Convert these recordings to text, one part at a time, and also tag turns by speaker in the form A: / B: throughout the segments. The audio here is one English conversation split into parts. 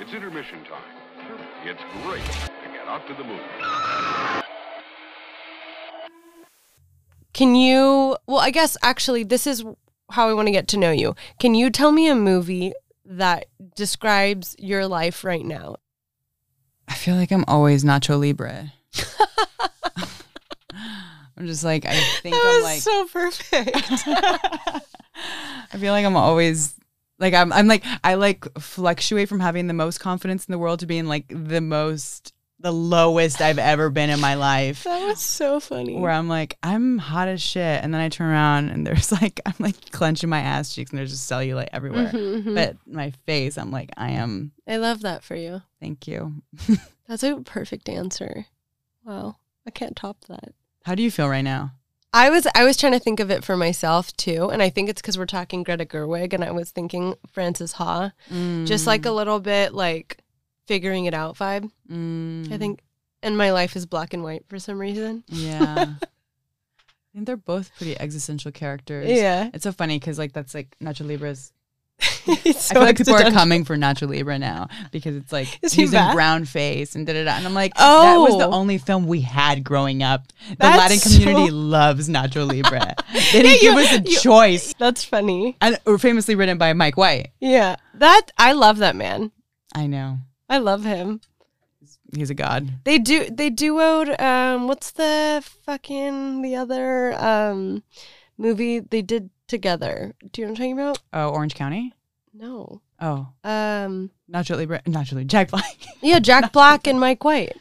A: It's intermission time. It's great to get out to the movies.
B: Can you, well, I guess actually, this is how I want to get to know you. Can you tell me a movie that describes your life right now?
C: I feel like I'm always Nacho Libre. I'm just like I think
B: that
C: I'm
B: was
C: like
B: so perfect.
C: I feel like I'm always like I'm I'm like I like fluctuate from having the most confidence in the world to being like the most the lowest I've ever been in my life.
B: that was so funny.
C: Where I'm like, I'm hot as shit. And then I turn around and there's like I'm like clenching my ass cheeks and there's just cellulite everywhere.
B: Mhm, mhm.
C: But my face, I'm like, I am
B: I love that for you.
C: thank you.
B: That's a perfect answer. Wow. I can't top that.
C: How do you feel right now?
B: I was I was trying to think of it for myself too, and I think it's because we're talking Greta Gerwig, and I was thinking Frances Ha, just like a little bit like figuring it out vibe.
C: Mm.
B: I think, and my life is black and white for some reason.
C: Yeah. I think they're both pretty existential characters.
B: Yeah,
C: It's so funny because like that's like Nacho Libre's.
B: it's
C: I feel like people are
B: accidental.
C: coming for Nacho Libre now because it's like
B: Is he
C: he's
B: back?
C: in brown face and da da da. And I'm like, oh, that was the
B: Oh.
C: only film we had growing up. The
B: That's
C: Latin community
B: so-
C: loves Nacho Libre. they didn't
B: you-
C: give us a
B: you-
C: choice.
B: That's funny.
C: And or famously written by Mike White.
B: Yeah, that I love that man.
C: I know
B: I love him.
C: he's a god.
B: They do they duoed um what's the fucking the other um movie they did together. Do you know what I'm talking about?
C: Oh, Orange County.
B: No.
C: Oh,
B: Um
C: Nacho Libre. Nacho Libre. Jack Black.
B: yeah, Jack Black and Mike White.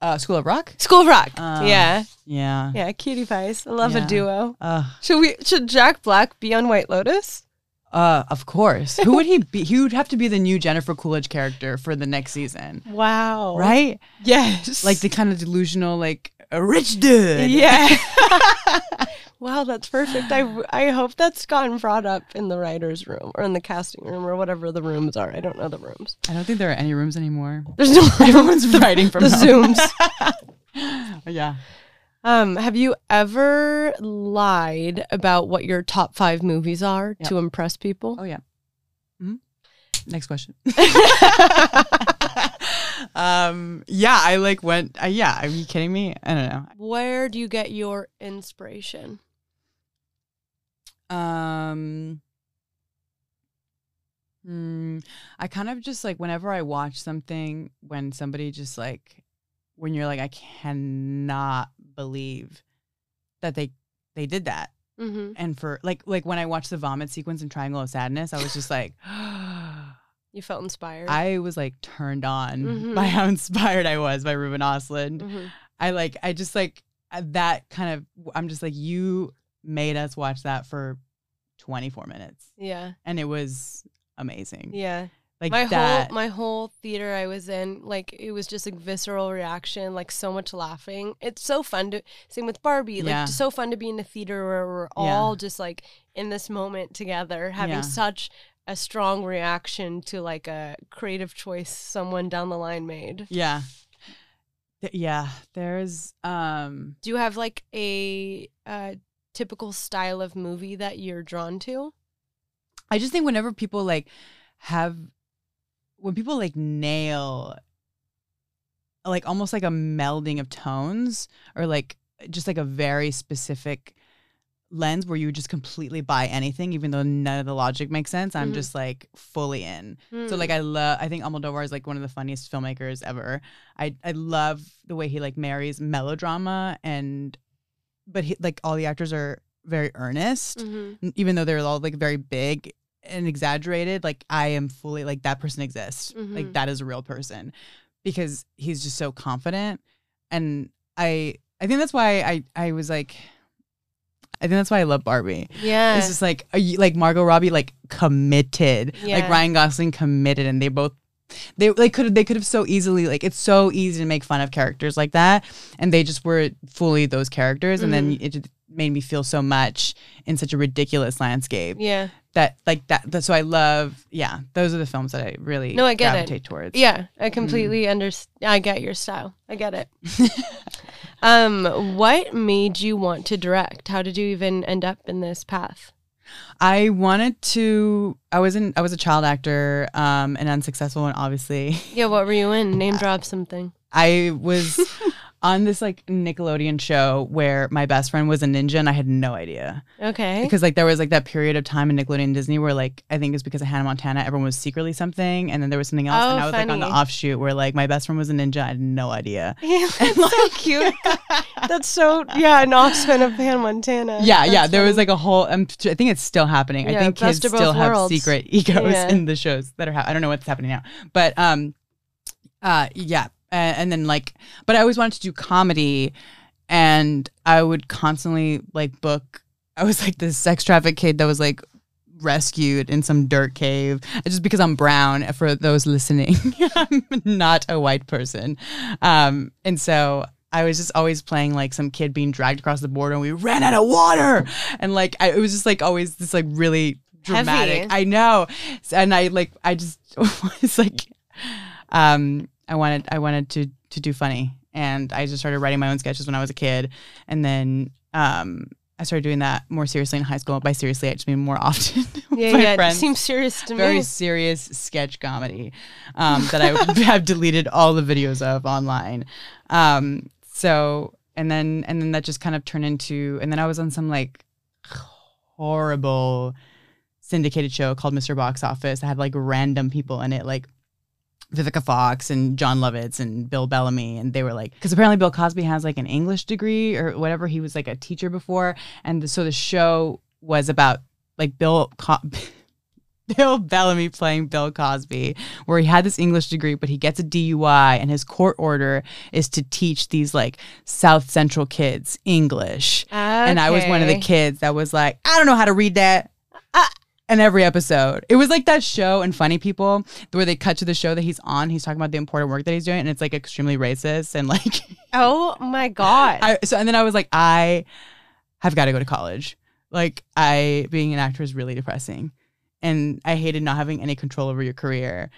C: Uh, School of Rock.
B: School of Rock.
C: Uh,
B: yeah.
C: Yeah.
B: Yeah, cutie pies. I love
C: yeah.
B: a duo.
C: Ugh.
B: Should we should Jack Black be on White Lotus?
C: Uh, of course. Who would he be? He would have to be the new Jennifer Coolidge character for the next season,
B: Wow.
C: right?
B: Yes.
C: Like the kind of delusional, like a rich dude.
B: Yeah. wow, that's perfect. I, I hope that's gotten brought up in the writer's room or in the casting room or whatever the rooms are. I don't know the rooms.
C: I don't think there are any rooms anymore.
B: There's no
C: Everyone's writing from
B: the
C: home.
B: Zooms.
C: Yeah.
B: Um, have you ever lied about what your top five movies are
C: Yep.
B: to impress people?
C: Oh yeah. hmm Next question. um. Yeah. I like went. Uh, yeah. Are you kidding me? I don't know.
B: Where do you get your inspiration?
C: Um, mm, I kind of just like whenever I watch something, when somebody just like, when you're like, I cannot believe that they they did that,
B: Mm-hmm.
C: and for like like when I watched the vomit sequence in Triangle of Sadness, I was just like.
B: You felt inspired.
C: I was like turned on
B: Mhm.
C: by how inspired I was by Ruben Ostlund.
B: Mhm.
C: I like, I just like uh, that kind of, I'm just like, you made us watch that for 24 minutes
B: Yeah,
C: and it was amazing.
B: yeah.
C: Like
B: my
C: that.
B: whole my whole theater I was in, like it was just a visceral reaction, like so much laughing. It's so fun to same with Barbie,
C: Yeah.
B: like so fun to be in a theater where we're all just like in this moment together, having
C: Yeah.
B: such a strong reaction to like a creative choice someone down the line made.
C: yeah. Th- yeah. There's um
B: Do you have like a uh, typical style of movie that you're drawn to?
C: I just think whenever people like have when people like nail like almost like a melding of tones or like just like a very specific lens where you just completely buy anything even though none of the logic makes sense i'm
B: Mhm.
C: just like fully in So like I love I think Almodovar is like one of the funniest filmmakers ever. I I love the way he like marries melodrama and but he, like all the actors are very earnest
B: hmm
C: n- even though they're all like very big and exaggerated like I am fully like that person exists.
B: Mhm.
C: Like that is a real person because he's just so confident and I I think that's why I I was like I think that's why I love Barbie.
B: yeah,
C: It's just like are you, like Margot Robbie like committed,
B: Yeah.
C: like Ryan Gosling committed, and they both they like could they could have so easily like it's so easy to make fun of characters like that, and they just were fully those characters, and then
B: Mm-hmm.
C: it just made me feel so much in such a ridiculous landscape
B: yeah.
C: that like that, that so I love yeah those are the films that I really
B: No, I get it.
C: gravitate towards
B: Yeah, I completely understand. I get your style. I get it. um, what made you want to direct? How did you even end up in this path?
C: I wanted to. I was in. I was a child actor, um, an unsuccessful one, obviously.
B: Yeah, what were you in?
C: Uh,
B: Name drop something.
C: I was on this like Nickelodeon show where my best friend was a ninja, and I had no idea
B: Okay.
C: because like there was like that period of time in Nickelodeon and Disney where like I think it's because of Hannah Montana, everyone was secretly something, and then there was something else,
B: Oh,
C: and I was like on the
B: funny.
C: offshoot where like my best friend was a ninja, I had no idea.
B: That's so cute. That's so yeah, an offspin of Pan Montana.
C: Yeah, yeah.
B: That's
C: There was
B: funny.
C: like a whole. Um, t- I think it's still happening.
B: Yeah,
C: I think
B: best
C: kids
B: of both
C: still have
B: worlds.
C: secret egos
B: Yeah.
C: in the shows that are. Ha- I don't know what's happening now, but um, uh, yeah. A- And, and then like, but I always wanted to do comedy, and I would constantly like book. I was like this sex traffic kid that was like rescued in some dirt cave just because I'm brown for those listening I'm not a white person um and so I was just always playing like some kid being dragged across the border and we ran out of water and like I, it was just like always this like really dramatic
B: Heavy.
C: I know S- and I like I just was like um I wanted I wanted to to do funny and I just started writing my own sketches when I was a kid and then um I started doing that more seriously in high school. By seriously, I just mean more often. with
B: yeah,
C: my
B: yeah.
C: friends.
B: It seems serious to
C: very
B: me.
C: serious sketch comedy um, that I have deleted all the videos of online. Um, so and then and then that just kind of turned into and then I was on some like horrible syndicated show called Mr. Box Office that had like random people in it, like Vivica Fox and John Lovitz and Bill Bellamy. And they were like, because apparently Bill Cosby has like an English degree or whatever. He was like a teacher before. And the, so the show was about like Bill. Co- Bill Bellamy playing Bill Cosby, where he had this English degree, but he gets a DUI, and his court order is to teach these like South Central kids English and I was one of the
B: Okay.
C: kids that was like, I don't know how to read that. Ah. And every episode, it was like that show and Funny People where they cut to the show that he's on. He's talking about the important work that he's doing, and it's like extremely racist and like.
B: Oh my god.
C: I, so and then I was like, I have got to go to college. Like I being an actor is really depressing, and I hated not having any control over your career.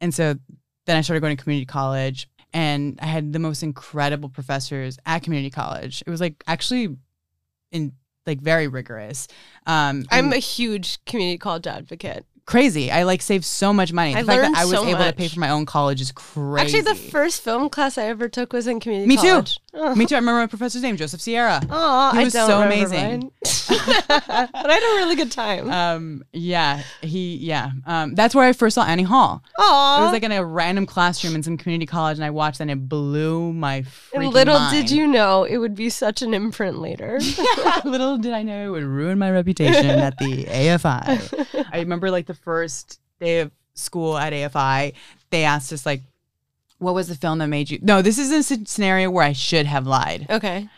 C: And so then I started going to community college, and I had the most incredible professors at community college. It was like actually, in like very rigorous. Um,
B: I'm
C: and
B: a huge community college advocate.
C: crazy. I like saved so much money. The
B: I
C: fact
B: learned
C: that I was
B: so
C: able to pay
B: much.
C: for my own college is crazy.
B: Actually, the first film class I ever took was in community
C: Me too.
B: college. too.
C: me too. I remember my professor's name, Joseph Sierra.
B: Oh,
C: He
B: I
C: was
B: don't
C: so
B: remember
C: amazing.
B: mine. but I had a really good time.
C: um yeah he yeah um that's where i first saw annie hall
B: Oh,
C: it was like in a random classroom in some community college and i watched and it blew my freaking
B: little
C: mind.
B: did you know it would be such an imprint later.
C: little did i know it would ruin my reputation at the afi i remember like the first day of school at afi they asked us like what was the film that made you no this is a sc- scenario where i should have lied
B: okay.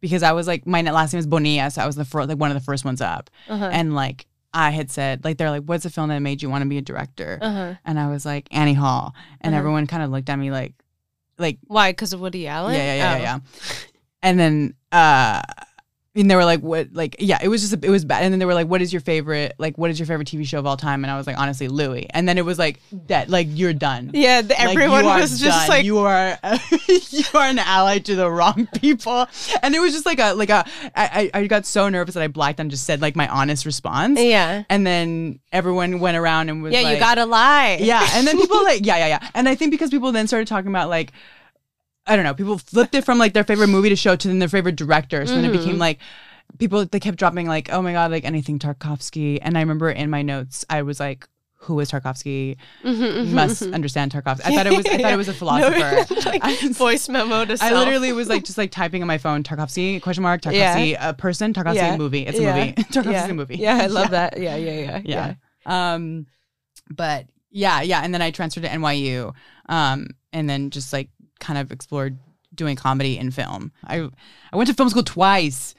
C: because i was like my last name is bonilla so i was the first like one of the first ones up
B: Uh-huh.
C: and like i had said like they're like what's the film that made you want to be a director
B: uh-huh.
C: and I was like Annie Hall, and
B: Uh-huh.
C: everyone kind of looked at me like, like
B: Why? Because of Woody
C: yeah,
B: Allen?
C: yeah, yeah, yeah, yeah. And then, uh, and they were like, what, like, yeah, it was just, a, it was bad. And then they were like, what is your favorite, like, what is your favorite TV show of all time? And I was like, honestly, Louis. And then it was like that, like you're done.
B: Yeah, the,
C: Like,
B: everyone
C: you are
B: was just
C: done.
B: like,
C: you are you are an ally to the wrong people, and it was just like a like a I I I got so nervous that I blacked out and just said like my honest response,
B: yeah,
C: and then everyone went around and was
B: yeah,
C: like,
B: you gotta lie.
C: yeah, and then people like yeah, yeah, yeah. And I think because people then started talking about like I don't know, people flipped it from like their favorite movie to show to then their favorite director. So then it
B: Mm-hmm.
C: became like people they kept dropping like oh my god like anything Tarkovsky. And I remember in my notes I was like who is Tarkovsky?
B: Mhm, mhm,
C: Must
B: mhm.
C: understand Tarkovsky. I thought it was I thought it was a
B: No,
C: philosopher.
B: like,
C: I-
B: voice memo to
C: I
B: self.
C: literally was like just like typing on my phone Tarkovsky question mark Tarkovsky a person Tarkovsky
B: Yeah.
C: movie. It's a
B: Yeah.
C: movie. Tarkovsky's
B: yeah.
C: a movie.
B: Yeah, I love that. Yeah, yeah, yeah,
C: yeah. Um, but yeah, yeah. And then I transferred to NYU, um, and then just like kind of explored doing comedy and film. I I went to film school twice.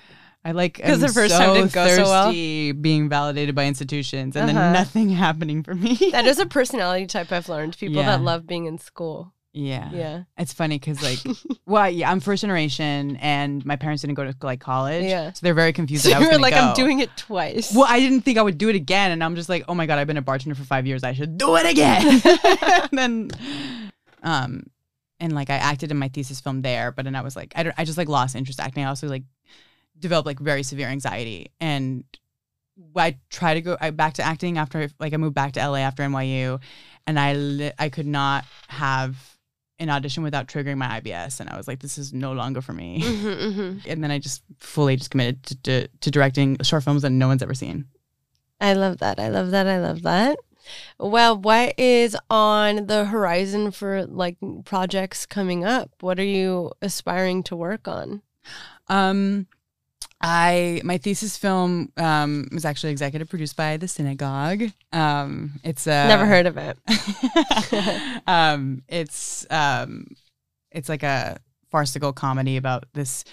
C: I like
B: 'Cause
C: am
B: the first
C: so
B: time didn't go so well?
C: thirsty being validated by institutions, and
B: Uh-huh.
C: then nothing happening for me.
B: That is a personality type I've learned. People
C: Yeah.
B: that love being in school.
C: yeah.
B: Yeah,
C: It's funny because like, well, yeah, I'm first generation, and my parents didn't go to like college,
B: Yeah.
C: so they're very confused.
B: so
C: that I
B: you
C: was
B: were
C: gonna
B: like, I'm
C: go.
B: doing it twice.
C: Well, I didn't think I would do it again, and I'm just like, oh my god, I've been a bartender for five years. I should do it again. and then, um, and like I acted in my thesis film there, but then I was like, I don't, I just like lost interest acting. I also like developed like very severe anxiety, and I tried to go I, back to acting after like I moved back to LA after NYU, and I li- I could not have an audition without triggering my IBS, and I was like, this is no longer for me. And then I just fully just committed to, to, to directing short films that no one's ever seen.
B: I love that. I love that. I love that. Well, what is on the horizon for like projects coming up? What are you aspiring to work on?
C: Um, I my thesis film um, was actually executive produced by the synagogue. Um, it's a
B: Never heard of it.
C: um, it's um, it's like a farcical comedy about this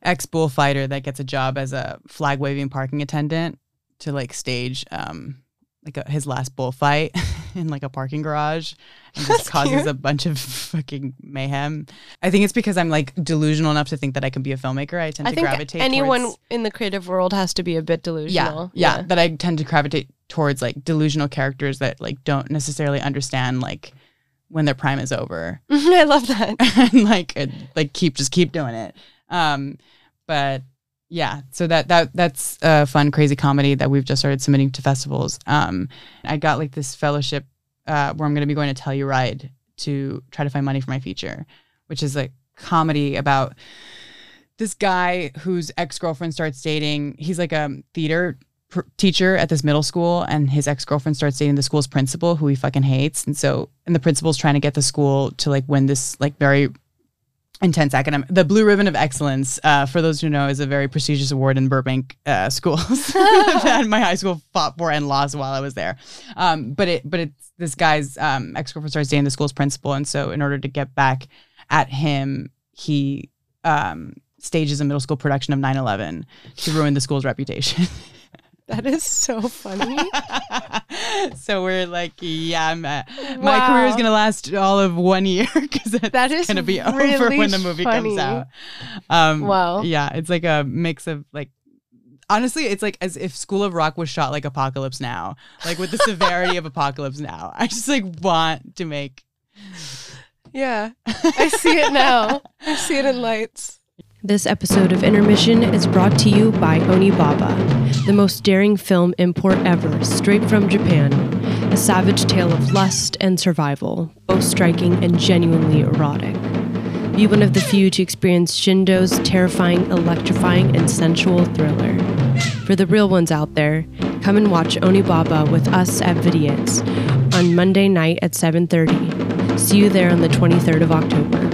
C: ex bullfighter that gets a job as a flag waving parking attendant to like stage um, like a, his last bullfight in like a parking garage and just
B: That's
C: causes
B: cute.
C: a bunch of fucking mayhem. I think it's because I'm like delusional enough to think that I can be a filmmaker. I tend
B: I
C: to
B: think
C: gravitate
B: anyone
C: towards
B: in the creative world has to be a bit
C: yeah,
B: delusional.
C: yeah, that I tend to gravitate towards like delusional characters that like don't necessarily understand like when their prime is over
B: I love that.
C: and like it, like keep just keep doing it. Um, but yeah, so that that that's a fun crazy comedy that we've just started submitting to festivals. Um, I got like this fellowship uh, where I'm going to be going to Telluride to try to find money for my feature, which is like comedy about this guy whose ex girlfriend starts dating. He's like a theater pr- teacher at this middle school, and his ex girlfriend starts dating the school's principal, who he fucking hates. And so, and the principal's trying to get the school to like win this like very intense academic. The Blue Ribbon of Excellence, uh, for those who know, is a very prestigious award in Burbank uh, schools that my high school fought for and lost while I was there. Um, but it, but it's this guy's um, ex girlfriend starts dating the school's principal, and so in order to get back at him, he um, stages a middle school production of 9-11 to ruin the school's reputation.
B: That is so funny.
C: so we're like, yeah, I'm, uh, my
B: Wow.
C: career is gonna last all of one year because
B: That is
C: gonna be over
B: really
C: when the movie comes
B: funny.
C: out. Um,
B: Wow.
C: Yeah, it's like a mix of like. Honestly, it's like as if School of Rock was shot like Apocalypse Now, like with the severity of Apocalypse Now. I just like want to make.
B: Yeah, I see it now. I see it in lights. This episode of Intermission is brought to you by Onibaba, the most daring film import ever, straight from Japan. A savage tale of lust and survival, both striking and genuinely erotic. Be one of the few to experience Shindo's terrifying, electrifying, and sensual thriller. For the real ones out there, come and watch Onibaba with us at Vidiot's on Monday night at 7:30. See you there on the 23rd of October.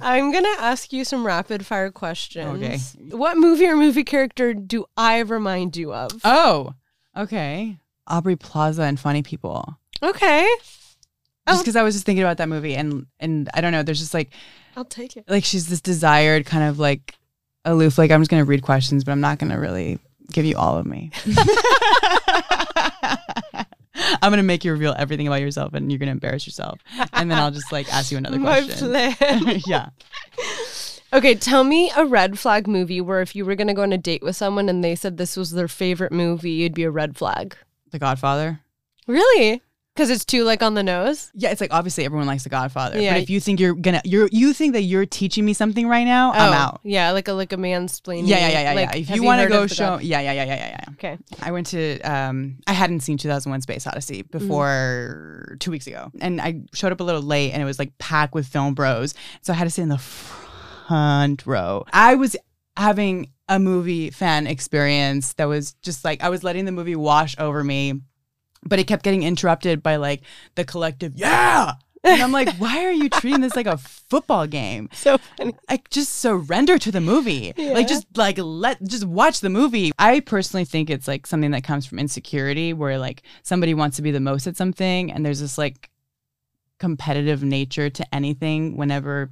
B: I'm going to ask you some rapid fire questions.
C: Okay.
B: What movie or movie character do I remind you of?
C: Oh, okay. Aubrey Plaza and Funny People.
B: okay.
C: Just
B: Oh.
C: because I was just thinking about that movie and and I don't know. There's just like
B: I'll take it.
C: like she's this desired kind of like aloof like i'm just going to read questions but i'm not going to really give you all of me i'm going to make you reveal everything about yourself and you're going to embarrass yourself and then i'll just like ask you another
B: My
C: question
B: plan.
C: yeah
B: okay, tell me a red flag movie where if you were going to go on a date with someone and they said this was their favorite movie, you'd be a red flag.
C: the godfather
B: Really? Because it's too like on the nose.
C: yeah it's like obviously everyone likes the godfather
B: Yeah.
C: but if you think you're gonna you're you think that you're teaching me something right now i'm
B: Oh,
C: out
B: Yeah, like a like a mansplaining.
C: yeah yeah yeah yeah,
B: like,
C: yeah. if
B: have
C: you want to
B: heard
C: go
B: of The
C: show
B: God-
C: yeah yeah yeah yeah yeah yeah
B: Okay.
C: I went to um I hadn't seen 2001 Space Odyssey before 2 weeks ago and I showed up a little late and it was like packed with film bros so I had to sit in the front row. I was having a movie fan experience that was just like I was letting the movie wash over me but it kept getting interrupted by like the collective yeah and I'm like why are you treating this like a football game?
B: So funny.
C: like just surrender to the movie. Like just like let just watch the movie. I personally think it's like something that comes from insecurity where like somebody wants to be the most at something and there's this like competitive nature to anything whenever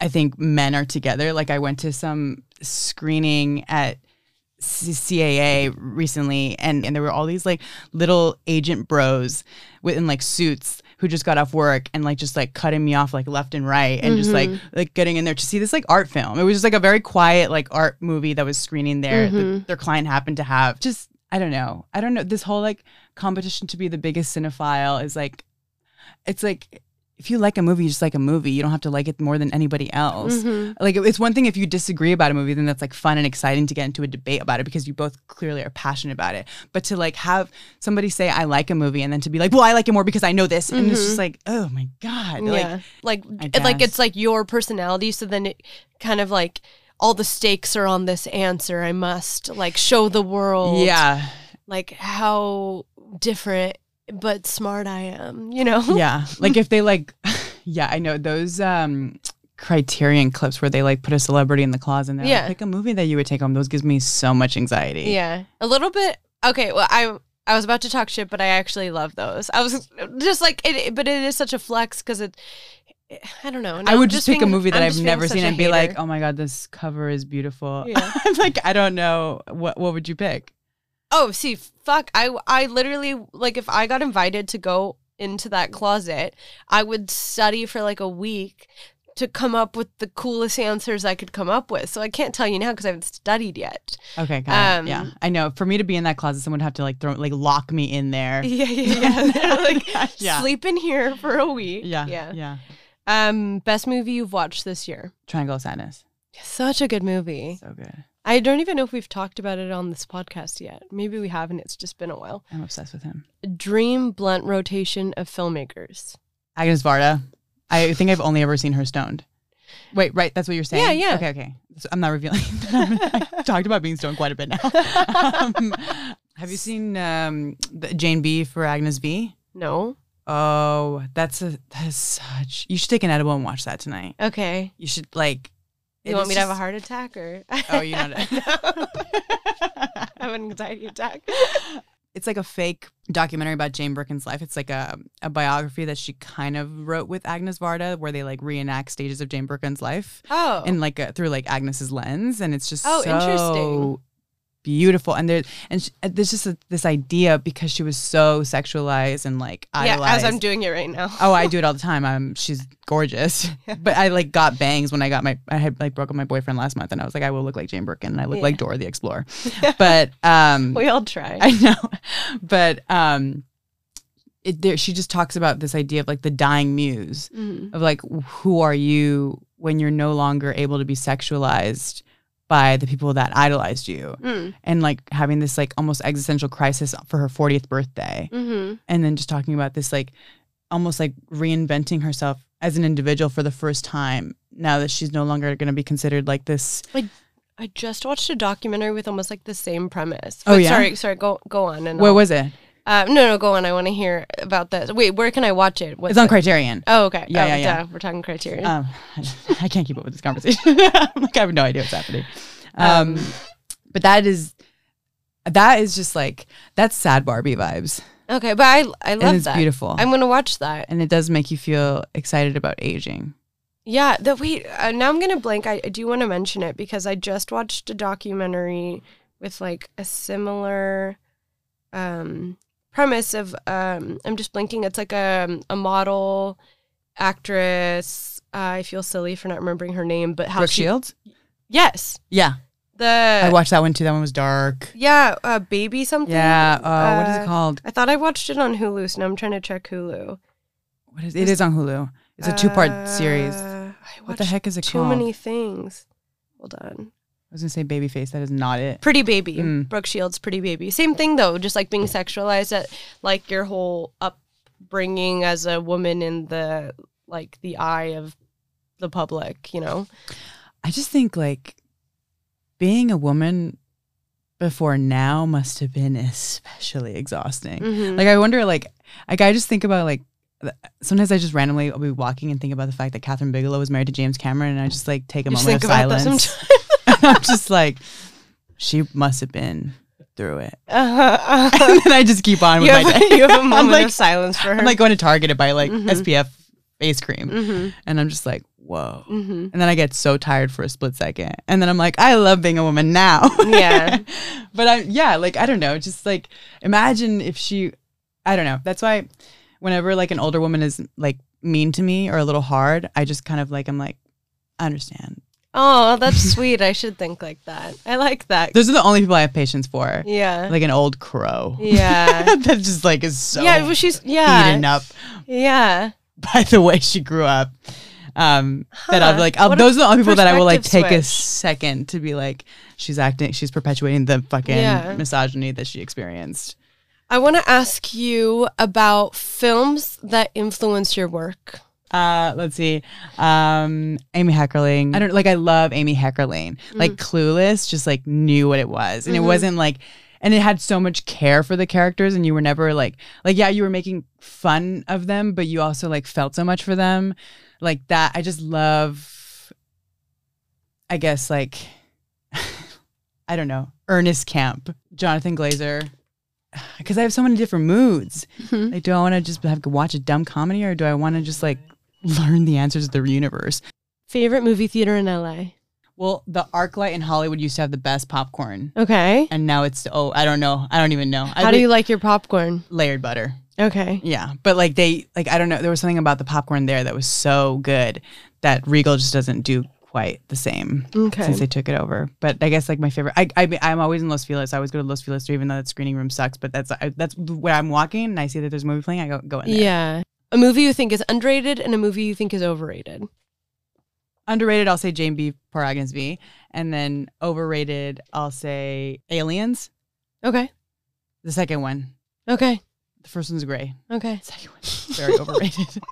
C: I think men are together. Like I went to some screening at C- CAA recently, and, and there were all these like little agent bros within like suits who just got off work and like just like cutting me off like left and right and just like like getting in there to see this like art film. It was just like a very quiet like art movie that was screening there that their client happened to have. Just I don't know. I don't know. This whole like competition to be the biggest cinephile is like it's like if you like a movie, you just like a movie. You don't have to like it more than anybody else.
B: Mhm.
C: Like it- it's one thing if you disagree about a movie, then that's like fun and exciting to get into a debate about it because you both clearly are passionate about it. But to like have somebody say I like a movie and then to be like, well, I like it more because I know this, and it's just like, oh my god,
B: yeah.
C: like
B: Like
C: I
B: it- like
C: guess.
B: it's like your personality. So then it kind of like all the stakes are on this answer. I must like show the world.
C: yeah,
B: Like how different but smart I am. You know.
C: yeah. like if they like, yeah, I know those um Criterion clips where they like put a celebrity in the closet and they're
B: Yeah.
C: like, pick a movie that you would take home. Those gives me so much anxiety.
B: Yeah. A little bit. Okay. Well, I I was about to talk shit, but I actually love those. I was just like it, it- but it is such a flex because it. I don't know. Now
C: I
B: I'm
C: would just, pick
B: being-
C: a movie that
B: I'm
C: I've
B: just being
C: never
B: such
C: seen
B: a
C: and be like,
B: hater.
C: "Oh my god, this cover is beautiful."
B: Yeah.
C: I'm like, I don't know what what would you pick?
B: oh, see, fuck. I I literally like if I got invited to go into that closet, I would study for like a week to come up with the coolest answers I could come up with. So I can't tell you now because I haven't studied yet.
C: Okay, got
B: Um,
C: it. Yeah, I know. For me to be in that closet, someone would have to like throw like lock me in there.
B: Yeah, yeah, yeah. like
C: Yeah.
B: sleep in here for a week.
C: Yeah,
B: yeah.
C: yeah,
B: Um, best movie you've watched this year?
C: Triangle of Sadness,
B: Such a good movie.
C: so good.
B: I don't even know if we've talked about it on this podcast yet. Maybe we haven't. It's just been a while.
C: I'm obsessed with him.
B: Dream blunt rotation of filmmakers.
C: Agnes Varda. I think I've only ever seen her stoned. Wait, right? That's what you're saying.
B: Yeah, yeah.
C: Okay, okay. So I'm not revealing. I talked about being stoned quite a bit now. Um, have you seen um, the Jane B for Agnes B?
B: No.
C: Oh, that's a that's such. You should take an edible and watch that tonight.
B: Okay.
C: You should like.
B: You
C: it
B: want
C: is
B: me to have a
C: just-
B: heart attack or?
C: Oh, you know. that-
B: I have an anxiety attack.
C: it's like a fake documentary about Jane Birkin's life. It's like a, a biography that she kind of wrote with Agnes Varda, where they like reenact stages of Jane Birkin's life
B: Oh.
C: and like a, through like Agnes's lens, and it's just
B: Oh,
C: so
B: interesting.
C: beautiful. And there and sh- there's just a, this idea because she was so sexualized and like
B: yeah,
C: idolized.
B: as I'm doing it right now.
C: Oh, I do it all the time. I'm she's gorgeous, but I like got bangs when I got my I had like broke up with my boyfriend last month, and I was like, I will look like Jane Birkin, and I look
B: Yeah.
C: like Dora the Explorer. But um,
B: we all try.
C: I know, but um, it there she just talks about this idea of like the dying muse
B: Mhm.
C: of like who are you when you're no longer able to be sexualized by the people that idolized you,
B: Mm.
C: and like having this like almost existential crisis for her 40th birthday
B: Mhm.
C: and then just talking about this like almost like reinventing herself as an individual for the first time now that she's no longer going to be considered like this
B: I just watched a documentary with almost like the same premise.
C: Oh,
B: But
C: yeah?
B: Sorry, sorry. Go go on. And
C: what
B: I'll-
C: was it
B: Uh, no, no, go on. I want to hear about this. Wait, where can I watch it? What's
C: it's on
B: it?
C: criterion
B: Oh, okay.
C: Yeah,
B: oh,
C: yeah, yeah.
B: duh, We're talking Criterion.
C: um, i can't keep up with this conversation I'm like i have no idea what's happening um,
B: Um.
C: but that is that is just like that's sad barbie vibes
B: okay, but I I love
C: and it's
B: that.
C: beautiful
B: I'm gonna watch that.
C: and it does make you feel excited about aging
B: Yeah. The wait. Uh, now I'm gonna blank. I, I do want to mention it because I just watched a documentary with like a similar um, premise of um, I'm just blinking. It's like a a model actress. Uh, I feel silly for not remembering her name, but how
C: brooke
B: she
C: shields
B: yes
C: yeah
B: the
C: i watched that one too that one was dark
B: yeah uh, baby something
C: yeah uh, what is
B: Uh,
C: it called
B: I thought I watched it on Hulu, so now I'm trying to check Hulu.
C: What is it? Is on Hulu. It's a two-part series.
B: Uh, I
C: What the
B: watched
C: heck is it
B: Too
C: called?
B: many things. Hold on.
C: I was gonna say Babyface. That is not it.
B: Pretty Baby.
C: Mm.
B: Brooke Shields, Pretty Baby. Same thing though, just like being sexualized at like your whole upbringing as a woman in the like the eye of the public, you know?
C: I just think like being a woman before now must have been especially exhausting.
B: Mm-hmm.
C: Like I wonder, like like I just think about like th- sometimes I just randomly will be walking and think about the fact that Catherine Bigelow was married to James Cameron, and I just like take a
B: You just
C: moment of
B: think about that
C: silence.
B: sometimes.
C: I'm just like, she must have been through it,
B: Uh-huh, uh-huh.
C: and then I just keep on with
B: you, have,
C: my day.
B: you have a
C: I'm
B: moment
C: like-
B: of silence for her.
C: I'm like going to Target to buy like
B: Mhm.
C: SPF face cream.
B: hmm
C: And I'm just like, whoa.
B: hmm
C: And then I get so tired for a split second. And then I'm like, I love being a woman now.
B: Yeah.
C: but I, yeah, like, I don't know. Just like, imagine if she, I don't know. That's why whenever like an older woman is like mean to me or a little hard, I just kind of like, I'm like, I understand.
B: Oh, that's sweet. I should think like that. I like that.
C: Those are the only people I have patience for.
B: Yeah.
C: Like an old crow.
B: yeah.
C: that just like is so
B: yeah. Well, she's yeah.
C: beaten up.
B: Yeah.
C: by the way she grew up. Um, that I'll be
B: Huh.
C: like, I'll,
B: What a
C: those are the only people that I will like
B: perspective
C: take a
B: switch.
C: second to be like, she's acting, she's perpetuating the fucking
B: Yeah.
C: misogyny that she experienced.
B: I want to ask you about films that influence your work.
C: Uh, let's see. Um, Amy Heckerling. Mm. I don't like. I love Amy Heckerling. Like Clueless, just like knew what it was, and
B: Mhm.
C: it wasn't like, and it had so much care for the characters, and you were never like, like yeah, you were making fun of them, but you also like felt so much for them, like that. I just love. I guess like, I don't know. Ernest Camp, Jonathan Glazer, because I have so many different moods.
B: Mm-hmm.
C: Like, do I want to just have watch a dumb comedy, or do I want to just like learn the answers of the universe?
B: Favorite movie theater in LA.
C: Well, the ArcLight in Hollywood used to have the best popcorn,
B: Okay.
C: and now it's oh, I don't know, I don't even know. I
B: How do
C: think
B: you like your popcorn?
C: layered butter?
B: Okay.
C: Yeah, but like they like I don't know. There was something about the popcorn there that was so good that Regal just doesn't do quite the same
B: Okay.
C: since they took it over. But I guess like my favorite, I, I I'm always in Los Feliz. I always go to Los Feliz, even though that screening room sucks. But that's I, that's where I'm walking and I see that there's a movie playing. I go go in there.
B: Yeah. A movie you think is underrated and a movie you think is overrated.
C: Underrated, I'll say Jane B. Paragansby. And then overrated, I'll say Aliens.
B: Okay.
C: The second one.
B: Okay.
C: The first one's gray.
B: Okay.
C: The second one's very overrated.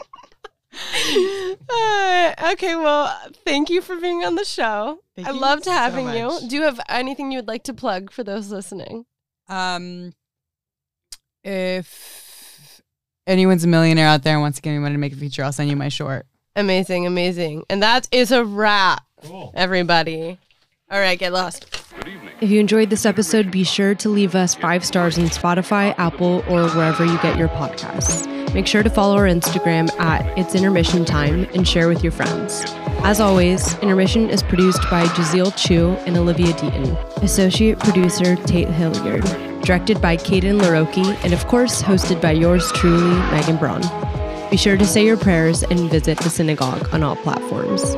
B: Uh, okay. Well, thank you for being on the show.
C: Thank
B: I
C: you
B: loved
C: so
B: having you.
C: much.
B: Do you have anything you would like to plug for those listening?
C: Um, if anyone's a millionaire out there and wants to give me money to make a feature, I'll send you my short.
B: Amazing. Amazing. And that is a wrap, everybody. All right. Get lost.
A: Good evening.
B: If you enjoyed this episode, be sure to leave us five stars on Spotify, Apple, or wherever you get your podcasts. Make sure to follow our Instagram at It's Intermission Time and share with your friends. As always, Intermission is produced by Jazeel Chu and Olivia Deaton. Associate producer Tate Hilliard. Directed by Kaden Larocque, and of course, hosted by yours truly, Megan Braun. Be sure to say your prayers and visit the synagogue on all platforms.